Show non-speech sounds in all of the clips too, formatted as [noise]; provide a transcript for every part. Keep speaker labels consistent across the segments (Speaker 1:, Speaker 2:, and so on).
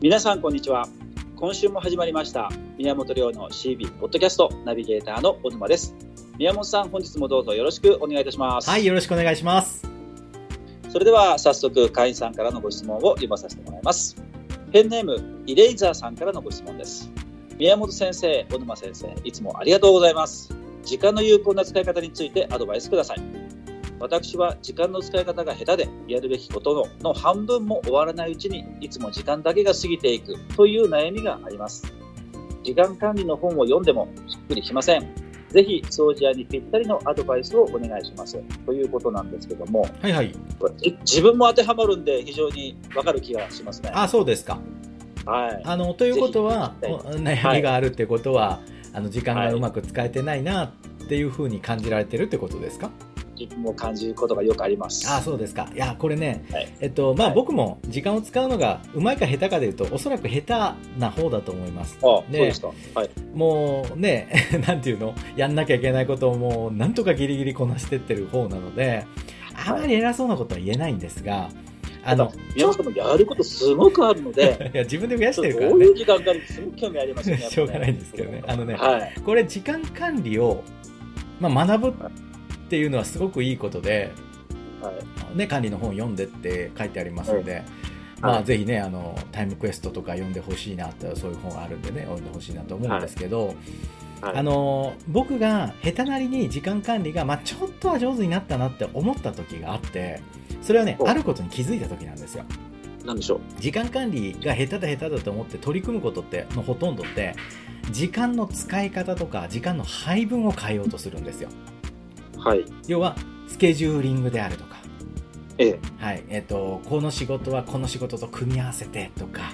Speaker 1: 皆さんこんにちは今週も始まりました宮本亮の CB ポッドキャストナビゲーターの小沼です宮本さん本日もどうぞよろしくお願いいたします
Speaker 2: はい、よろしくお願いします。
Speaker 1: それでは早速会員さんからのご質問を読まさせてもらいますペンネームイレイザーさんからのご質問です宮本先生小沼先生いつもありがとうございます時間の有効な使い方についてアドバイスください私は時間の使い方が下手でやるべきことのの半分も終わらないうちにいつも時間だけが過ぎていくという悩みがあります時間管理の本を読んでもしっくりしませんぜひ掃除屋にぴったりのアドバイスをお願いしますということなんですけども
Speaker 2: はいはい。
Speaker 1: これ自分も当てはまるんで非常にわかる気がしますね。
Speaker 2: あ、そうですか。
Speaker 1: はい。
Speaker 2: あの、ということは、
Speaker 1: ぜひ
Speaker 2: お悩みがあるってことは、あの、時間がうまく使えてないなっていうふうに感じられてるってことですか、
Speaker 1: 自分も感じることがよくあります。
Speaker 2: あ、そうですか。いや、これね、
Speaker 1: はい
Speaker 2: えっと、まあ、
Speaker 1: はい
Speaker 2: 僕も時間を使うのがうまいか下手かでいうと、おそらく下手な方だと思います。
Speaker 1: あそう
Speaker 2: ね
Speaker 1: ですか。はい。
Speaker 2: もうね、 [laughs] なんていうのやんなきゃいけないことをもう、なんとかギリギリこなしてってる方なので、あまり偉そうなことは言えないんですが、あの、
Speaker 1: 宮本さんもやることすごくあるので、
Speaker 2: [laughs] いや自分で増やし
Speaker 1: ち
Speaker 2: て
Speaker 1: ょっ
Speaker 2: る
Speaker 1: と
Speaker 2: か
Speaker 1: ど
Speaker 2: ら
Speaker 1: う
Speaker 2: ね
Speaker 1: い。う時間かすごく興味ありますね。やっぱね
Speaker 2: しょうがないんですけどねあのね
Speaker 1: はい。
Speaker 2: これ時間管理を、まあ、学ぶっていうのはすごくいいことで、
Speaker 1: はい。
Speaker 2: ね、管理の本読んでって書いてありますので、まあ、ぜひねあのタイムクエストとか読んでほしいなとそういう本があるんでね読んでほしいなと思うんですけど、
Speaker 1: はい
Speaker 2: あの僕が下手なりに時間管理が、まあ、ちょっとは上手になったなって思った時があってそれはね
Speaker 1: お
Speaker 2: あることに気づいた時なんですよ
Speaker 1: なんでしょう。
Speaker 2: 時間管理が下手だ下手だと思って取り組むことってのほとんどって時間の使い方とか時間の配分を変えようとするんですよ
Speaker 1: はい。
Speaker 2: 要はスケジューリングであるとか、
Speaker 1: ええ。
Speaker 2: はいえっとこの仕事はこの仕事と組み合わせてとか、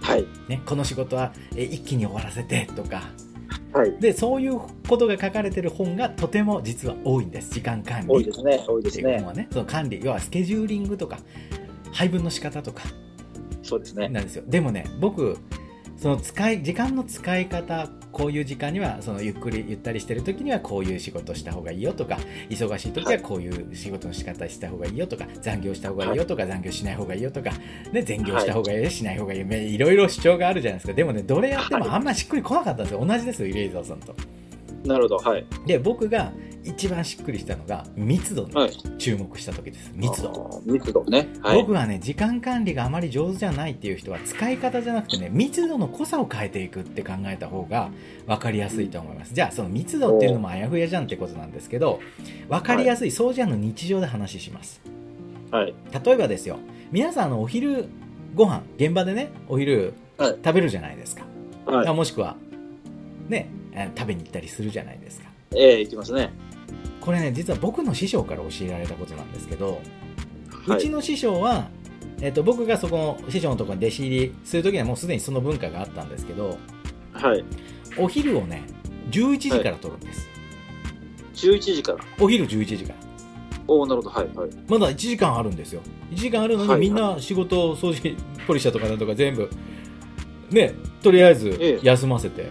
Speaker 1: はい。
Speaker 2: ね、この仕事はえ一気に終わらせてとか
Speaker 1: はい。
Speaker 2: でそういうことが書かれてる本がとても実は多いんです時間管理
Speaker 1: 多いですね。多いで
Speaker 2: っ
Speaker 1: す
Speaker 2: ていう
Speaker 1: ね
Speaker 2: 本。はねその管理要はスケジューリングとか配分の仕方とか
Speaker 1: そうですね。
Speaker 2: なんですよでもね僕その使い時間の使い方こういう時間にはそのゆっくりゆったりしてる時にはこういう仕事した方がいいよとか忙しい時はこういう仕事の仕方した方がいいよとか残業した方がいいよとか残業しない方がいいよとか、ね、全業した方がいいよしない方がいいよねいろいろ主張があるじゃないですかでもねどれやってもあんましっくりこなかったんですよ同じですよイレイザーさんと
Speaker 1: なるほど。はい。
Speaker 2: で僕が一番しっくりしたのが密度に
Speaker 1: はい。
Speaker 2: 注目した時です密度
Speaker 1: あー。密度ね。はい
Speaker 2: 僕。はね時間管理があまり上手じゃないっていう人は使い方じゃなくてね密度の濃さを変えていくって考えた方が分かりやすいと思います、じゃあその密度っていうのもあやふやじゃんってことなんですけど分かりやすい掃除屋の日常で話します
Speaker 1: はい。
Speaker 2: 例えばですよ皆さんあのお昼ご飯現場でねお昼
Speaker 1: はい
Speaker 2: 食べるじゃないですか、
Speaker 1: はい。
Speaker 2: もしくはねえー食べに行ったりするじゃないですか
Speaker 1: ええ、いきますね。
Speaker 2: これね実は僕の師匠から教えられたことなんですけど
Speaker 1: は
Speaker 2: うち
Speaker 1: い。
Speaker 2: の師匠は、えっと僕がそこの師匠のところに弟子入りするときにはもうすでにその文化があったんですけど
Speaker 1: はい。
Speaker 2: お昼をね11時から取るんです、
Speaker 1: 11時から。
Speaker 2: お昼11時から
Speaker 1: おおなるほど。はい。はい。
Speaker 2: まだ1時間あるんですよ1時間あるのに、
Speaker 1: はい
Speaker 2: みんな仕事掃除ポリシャとかなんとか全部ねとりあえず
Speaker 1: ええ
Speaker 2: 休ませて、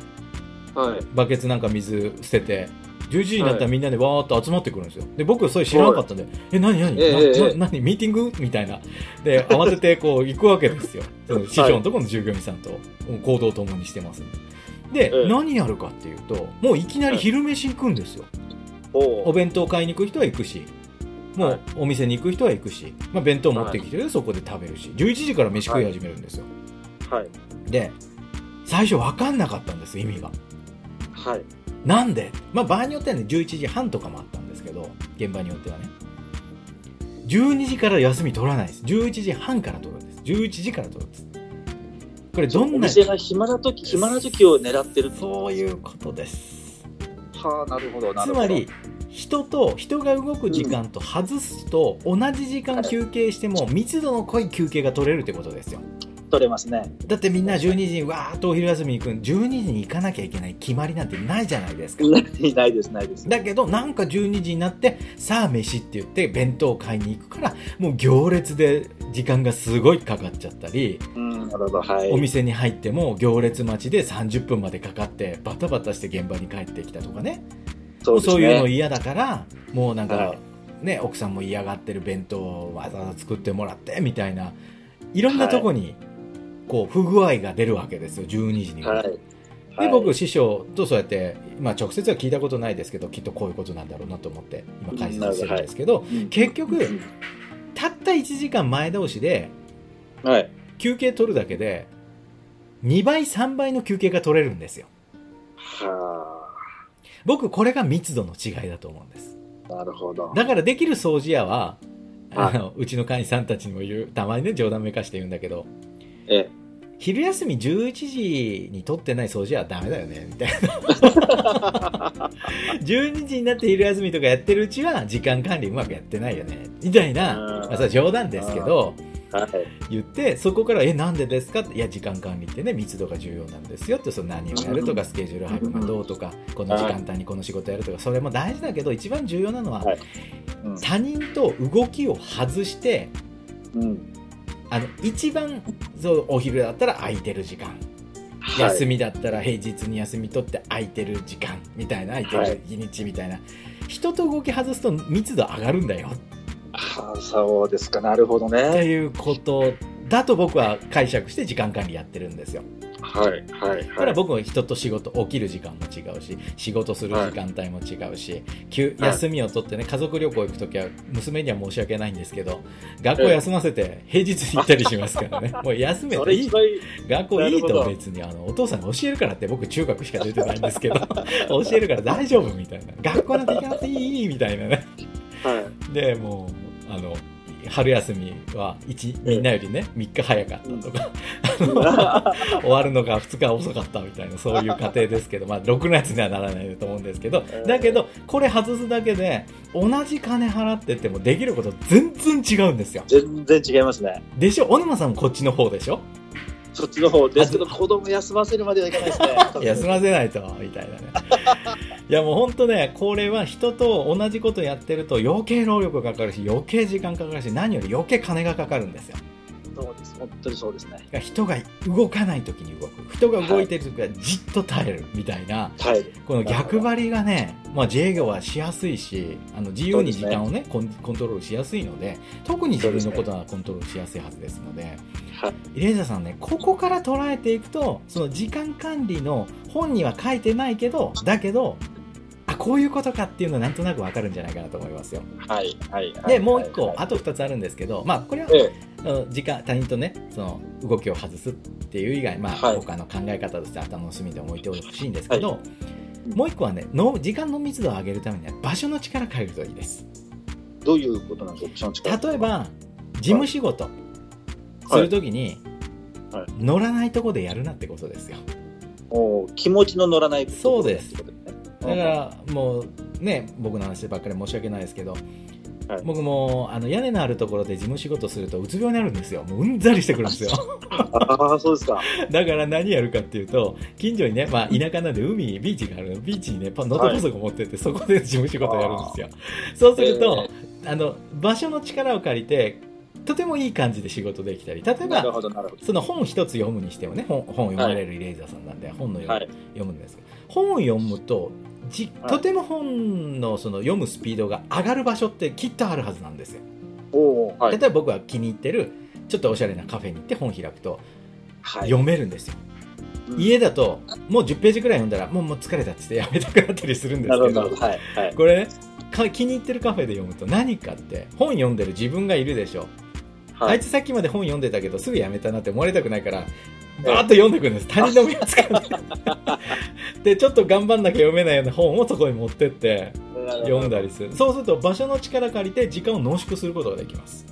Speaker 1: はい。
Speaker 2: バケツなんか水捨てて11時になっ
Speaker 1: は
Speaker 2: たらみんなでわーっと集まってくるんですよ。で、僕それ知らなかったんで、え、何何
Speaker 1: ええ
Speaker 2: な
Speaker 1: ええ
Speaker 2: な何ミーティングみたいな。で、慌てて
Speaker 1: [laughs]
Speaker 2: こう行くわけですよ。その師匠のところの従業員さんと行動を共にしてますんで。で、
Speaker 1: ええ
Speaker 2: 何やるかっていうと、もういきなり昼飯行くんですよ。
Speaker 1: お
Speaker 2: お
Speaker 1: お
Speaker 2: 弁当買いに行く人は行くし、も
Speaker 1: は
Speaker 2: う
Speaker 1: い
Speaker 2: お店に行く人は行くし、まあ弁当持ってきてるそこで食べるし、11時から飯食い始めるんですよ。
Speaker 1: はい。
Speaker 2: で、最初分かんなかったんです、意味が。
Speaker 1: はい。
Speaker 2: なんで、まあ、場合によってはね11時半とかもあったんですけど現場によってはね12時から休み取らないです11時半から取るんです11時から取るんですこれど
Speaker 1: お
Speaker 2: んな
Speaker 1: 店が暇な時暇な時を狙ってるって
Speaker 2: そう
Speaker 1: う
Speaker 2: いうことです
Speaker 1: はあなるほどな
Speaker 2: つ
Speaker 1: るほど
Speaker 2: まり人と人が動く時間と外すと同じ時間休憩しても密度の濃い休憩が取れるってことですよ
Speaker 1: 取れますね [laughs]
Speaker 2: だってみんな12時にわーっとお昼休みに行くん12時に行かなきゃいけない決まりなんてないじゃないですか
Speaker 1: ないないですないです
Speaker 2: だけどなんか12時になってさあ飯って言って弁当を買いに行くからもう行列で時間がすごいかかっちゃったり、
Speaker 1: うんなるほどはい
Speaker 2: お店に入っても行列待ちで30分までかかってバタバタして現場に帰ってきたとかね
Speaker 1: そうですね
Speaker 2: そういうの嫌だからもうなんか、
Speaker 1: はい
Speaker 2: ね奥さんも嫌がってる弁当をわざわざ作ってもらってみたいないろんなとこにこう不具合が出るわけですよ12時には、
Speaker 1: はい。は
Speaker 2: で
Speaker 1: い
Speaker 2: 僕師匠とそうやって、まあ、直接は聞いたことないですけどきっとこういうことなんだろうなと思って今解説してるんですけど、
Speaker 1: うん
Speaker 2: 結局たった1時間前倒しで
Speaker 1: はい。
Speaker 2: 休憩取るだけで2倍3倍の休憩が取れるんですよ
Speaker 1: は
Speaker 2: 僕これが密度の違いだと思うんです
Speaker 1: あ。なるほど。
Speaker 2: だからできる掃除屋はあ
Speaker 1: はい
Speaker 2: のうちの会員さんたちにも言うたまにね冗談めかして言うんだけど
Speaker 1: ええ。
Speaker 2: 昼休み11時に取ってない掃除はダメだよねみたいな12時になって昼休みとかやってるうちは時間管理うまくやってないよねみたいな、
Speaker 1: うん
Speaker 2: まあ、それは冗談ですけど
Speaker 1: はい。
Speaker 2: 言ってそこから「えなんでですか?」って「いや時間管理ってね密度が重要なんですよ」ってその何をやるとかスケジュール配分がどうとかこの時間帯にこの仕事やるとかそれも大事だけど一番重要なのは
Speaker 1: はいうん
Speaker 2: 他人と動きを外して
Speaker 1: うん。
Speaker 2: あの一番そうお昼だったら空いてる時間
Speaker 1: はい
Speaker 2: 休みだったら平日に休み取って空いてる時間みたいな空いてる日にちみたいな、人と動き外すと密度上がるんだよ
Speaker 1: はあ、そうですか。なるほど
Speaker 2: って
Speaker 1: ね。
Speaker 2: いうことだと僕は解釈して時間管理やってるんですよ
Speaker 1: はい。はい。
Speaker 2: だか
Speaker 1: は
Speaker 2: ら
Speaker 1: い。
Speaker 2: 僕は人と仕事起きる時間も違うし仕事する時間帯も違うし、休
Speaker 1: はい
Speaker 2: 休みを取ってね家族旅行行く時は娘には申し訳ないんですけど学校休ませて平日に行ったりしますか
Speaker 1: [laughs]
Speaker 2: らねもう休め
Speaker 1: そ
Speaker 2: て
Speaker 1: れ
Speaker 2: いい
Speaker 1: 一番いい。
Speaker 2: 学校いい
Speaker 1: なるほ
Speaker 2: と
Speaker 1: ど
Speaker 2: 別にあのお父さんが教えるからって僕中学しか出てないんです
Speaker 1: [laughs]
Speaker 2: けど教えるから大丈夫みたいな学校なんて行かなくていいみたいなね
Speaker 1: はい。
Speaker 2: でもうあの春休みは一みんなよりね3日早かったとか、
Speaker 1: [laughs]
Speaker 2: 終わるのが2日遅かったみたいなそういう過程ですけど、まあ、ろくなやつにはならないと思うんですけどだけどこれ外すだけで同じ金払っててもできること全然違うんですよ
Speaker 1: 全然違いますね。
Speaker 2: でしょ小沼さんもこっちの方でしょ。
Speaker 1: そっちの方ですけど、子供休ませるまではいかないですね
Speaker 2: [laughs] 休ませないとみたいなねいやもう本当ねこれは人と同じことやってると余計労力がかかるし余計時間かかるし何より余計金がかかるんですよ
Speaker 1: そうです。本当にそうですね。
Speaker 2: だから人が動かない時に動く人が動いてる時はじっと耐えるみたいな、
Speaker 1: はい。
Speaker 2: この逆張りがね、まあ、自営業はしやすいしあの自由に時間をねコンコントロールしやすいので特に自分のことはコントロールしやすいはずですので
Speaker 1: はい。
Speaker 2: イレイザーさんねここから捉えていくとその時間管理の本には書いてないけどだけどあこういうことかっていうのはなんとなくわかるんじゃないかなと思いますよ。
Speaker 1: はい。はい。
Speaker 2: でもう一個、
Speaker 1: はい
Speaker 2: あと2つあるんですけど、まあ、これは
Speaker 1: ええ。
Speaker 2: あの時間他人とねその動きを外すっていう以外、まあ
Speaker 1: はい
Speaker 2: 他の考え方として頭の隅で置いてほしいんですけど、
Speaker 1: は
Speaker 2: もう一個はねの時間の密度を上げるためには場所の力変えるといいです
Speaker 1: どういうことなんですか、その力。
Speaker 2: 例え、ば事務仕事するときに、
Speaker 1: はい
Speaker 2: 乗らないとこでやるなってことですよ
Speaker 1: もう気持ちの乗らないこと
Speaker 2: そうです
Speaker 1: ってことね
Speaker 2: だからもうね僕の話ばっかり申し訳ないですけど、
Speaker 1: はい
Speaker 2: 僕もあの屋根のあるところで事務仕事するとうつ病になるんですよもううんざりしてくるんですよ
Speaker 1: ああ、そうですか。
Speaker 2: だから何やるかっていうと近所にね、まあ、田舎なんで海ビーチがあるのビーチにねパノートパソコン持ってって、そこで事務仕事やるんですよそうすると、あの場所の力を借りてとてもいい感じで仕事できたり例え
Speaker 1: なる
Speaker 2: ば
Speaker 1: ほど、なるほど。
Speaker 2: その本一つ読むにしてもね本本を読まれるイレイザーさんなんで、本の読,、
Speaker 1: はい。
Speaker 2: むんですけど本を読むとじ
Speaker 1: はい
Speaker 2: とても本のその読むスピードが上がる場所ってきっとあるはずなんですよ
Speaker 1: おお、は
Speaker 2: 例え
Speaker 1: い。
Speaker 2: ば僕は気に入ってるちょっとおしゃれなカフェに行って本開くと
Speaker 1: はい
Speaker 2: 読めるんですよ、
Speaker 1: うん
Speaker 2: 家だともう10ページぐらい読んだらもうもう疲れたっつってやめたくなったりするんで
Speaker 1: な
Speaker 2: す
Speaker 1: るほ
Speaker 2: け
Speaker 1: ど、なる
Speaker 2: ど
Speaker 1: ほど。はい。はい。
Speaker 2: これねか気に入ってるカフェで読むと何かって本読んでる自分がいるでしょ、
Speaker 1: は
Speaker 2: あい
Speaker 1: い。
Speaker 2: つさっきまで本読んでたけどすぐやめたなって思われたくないからバーッと読んでくるん
Speaker 1: [laughs]
Speaker 2: です他人のやつからねでちょっと頑張んなきゃ読めないような本をそこに持ってって読んだりするそうすると場所の力借りて時間を濃縮することができます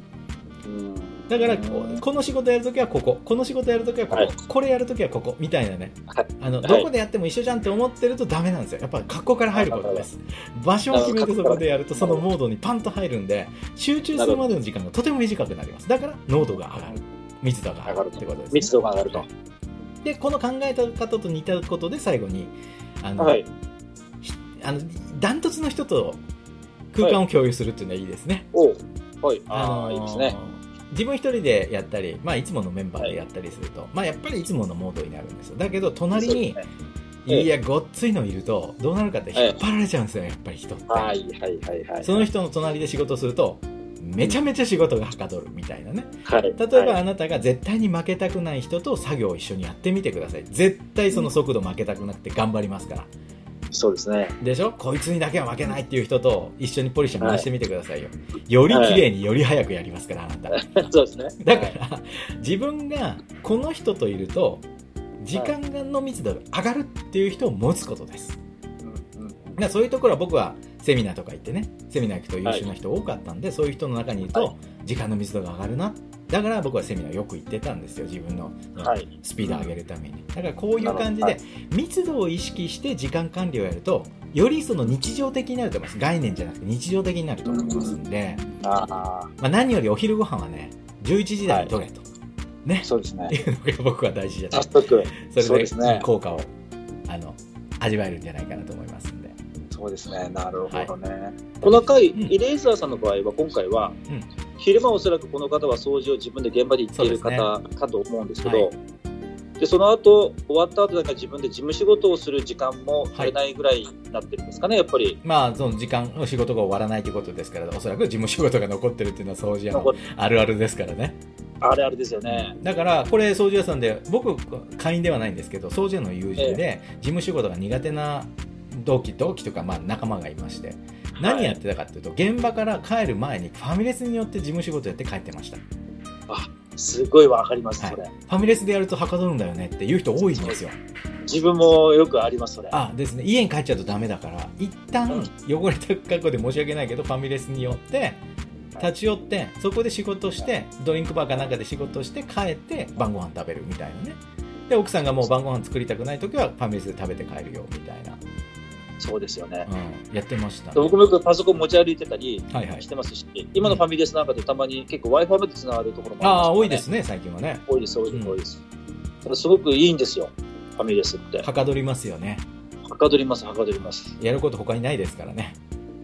Speaker 1: うん
Speaker 2: だからこ
Speaker 1: うん
Speaker 2: この仕事やるときはこここの仕事やるときはここ、
Speaker 1: はい
Speaker 2: これやるときはここみたいなね、
Speaker 1: はい
Speaker 2: あの
Speaker 1: はい
Speaker 2: どこでやっても一緒じゃんって思ってるとダメなんですよやっぱ格好から入ることです場所を決めてそこでやるとそのモードにパンと入るんで集中するまでの時間がとても短くなりますだから濃度が上がる密度が上がるってことです、ね、
Speaker 1: 密度が上がると。
Speaker 2: でこの考え方と似たことで最後にあの、
Speaker 1: はい。
Speaker 2: ひあのダントツの人と空間を共有するっていうのはいいですね、
Speaker 1: おお、はい。あ
Speaker 2: あの
Speaker 1: あ、
Speaker 2: ー
Speaker 1: いいですね。
Speaker 2: 自分一人でやったり、まあ、いつものメンバーでやったりすると、まあ、やっぱりいつものモードになるんですよだけど隣
Speaker 1: そうで
Speaker 2: に
Speaker 1: すねええ
Speaker 2: いやごっついのいるとどうなるかって引っ張られちゃうんですよやっぱり人って、
Speaker 1: はい、はい、はい、はい。
Speaker 2: その人の隣で仕事するとめちゃめちゃ仕事がはかどるみたいなね
Speaker 1: はい。
Speaker 2: 例えば
Speaker 1: はい、
Speaker 2: あなたが絶対に負けたくない人と作業を一緒にやってみてください絶対その速度負けたくなくて頑張りますから
Speaker 1: そうですね。 [laughs]
Speaker 2: でしょこいつにだけは負けないっていう人と一緒にポリシャ回してみてくださいよ、より綺麗により早くやりますからあなた
Speaker 1: そうですね。
Speaker 2: だから自分がこの人といると時間の密度が上がるっていう人を持つことです
Speaker 1: うんうん
Speaker 2: だからそういうところは僕はセミナーとか行ってねセミナー行くと優秀な人多かったんで、そういう人の中にいる
Speaker 1: は
Speaker 2: と時間の密度が上がるなだから僕はセミナーよく行ってたんですよ自分の
Speaker 1: はい。
Speaker 2: スピードを上げるためにだからこういう感じ
Speaker 1: な
Speaker 2: で
Speaker 1: る
Speaker 2: 密度を意識して時間管理をやるとよりその日常的になると思います概念じゃなくて日常的になると思いますんで、
Speaker 1: ああ、
Speaker 2: まあ、何よりお昼ご飯はね11時台に取れと、ね
Speaker 1: そうですね
Speaker 2: って。いうのが僕は大事じゃない
Speaker 1: 早速、
Speaker 2: そ
Speaker 1: そう
Speaker 2: れ
Speaker 1: ですね
Speaker 2: で効果をあの味わえるんじゃないかなと思いますんで
Speaker 1: そうですね。なるほどね。この回、
Speaker 2: うん
Speaker 1: イレイザーさんの場合は、今回は、
Speaker 2: うん
Speaker 1: 昼間おそらくこの方は掃除を自分で現場で行っている
Speaker 2: そうで
Speaker 1: 方かと思うんですけ
Speaker 2: は
Speaker 1: ど、
Speaker 2: い
Speaker 1: でその後終わった後だから自分で事務仕事をする時間も取れないぐらいになってるんですかね、やっぱり
Speaker 2: まあその時間の仕事が終わらないということですからおそらく事務仕事が残ってるっていうのは掃除屋
Speaker 1: 残
Speaker 2: の
Speaker 1: っ
Speaker 2: あるあるですからね
Speaker 1: あれあれですよね。
Speaker 2: だからこれ掃除屋さんで僕会員ではないんですけど掃除屋の友人で事務仕事が苦手な同期同期とかまあ仲間がいまして何やってたかっていうと現場から帰る前にファミレスによって事務仕事やって帰ってましたフ
Speaker 1: すごいわかります、
Speaker 2: はい
Speaker 1: それ。
Speaker 2: ァミレスでやるとはかどるんだよねっていう人多いんですよ
Speaker 1: 自分もよくあります、それ。
Speaker 2: あですね家に帰っちゃうとダメだから一
Speaker 1: う
Speaker 2: 旦汚れた格好で申し訳ないけどファミレスに寄って立ち寄ってそこで仕事してドリンクバーかなんかで仕事して帰って晩ご飯食べるみたいなねで奥さんがもう晩ご飯作りたくない時はファミレスで食べて帰るよみたいな、
Speaker 1: そうですよね。
Speaker 2: うん、やってました、
Speaker 1: で僕もよくパソコン持ち歩いてたり
Speaker 2: はいはい
Speaker 1: してますし、今のファミレスなんかでたまに結構 Wi-Fi までつながるところも
Speaker 2: ああー多
Speaker 1: あ
Speaker 2: い
Speaker 1: りま
Speaker 2: ですすね最近はね
Speaker 1: からね。多いです、多いです、
Speaker 2: うん
Speaker 1: 多いです。だからすごくいいんですよ、ファミレスって。
Speaker 2: はかどりますよね
Speaker 1: はかどります、はかどります。
Speaker 2: やること他にないですからね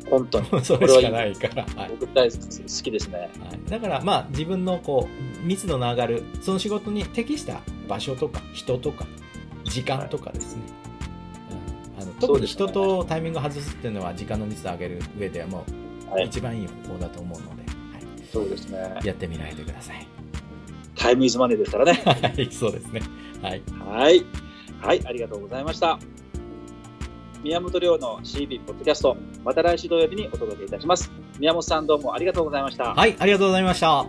Speaker 1: 本当に。
Speaker 2: それしかないからはい
Speaker 1: 僕大好き好きですね。
Speaker 2: はい、だからまあ自分のこう密度の上がるその仕事に適した場所とか人とか時間とかですね、うん、あの
Speaker 1: そ
Speaker 2: 特
Speaker 1: う
Speaker 2: に
Speaker 1: ですね
Speaker 2: 人とタイミング外すっていうのは時間の密度を上げる上ではも
Speaker 1: は
Speaker 2: う
Speaker 1: い、
Speaker 2: 一番いい方法だと思うので、は
Speaker 1: そうですね
Speaker 2: い、。やってみないでください
Speaker 1: タイムイズマネーですから [laughs] ね。
Speaker 2: はいそうですねはい
Speaker 1: はい。はい、ありがとうございました。宮本亮の CB ポッドキャスト、また来週土曜日にお届けいたします。宮本さんどうもありがとうございました。
Speaker 2: はいありがとうございました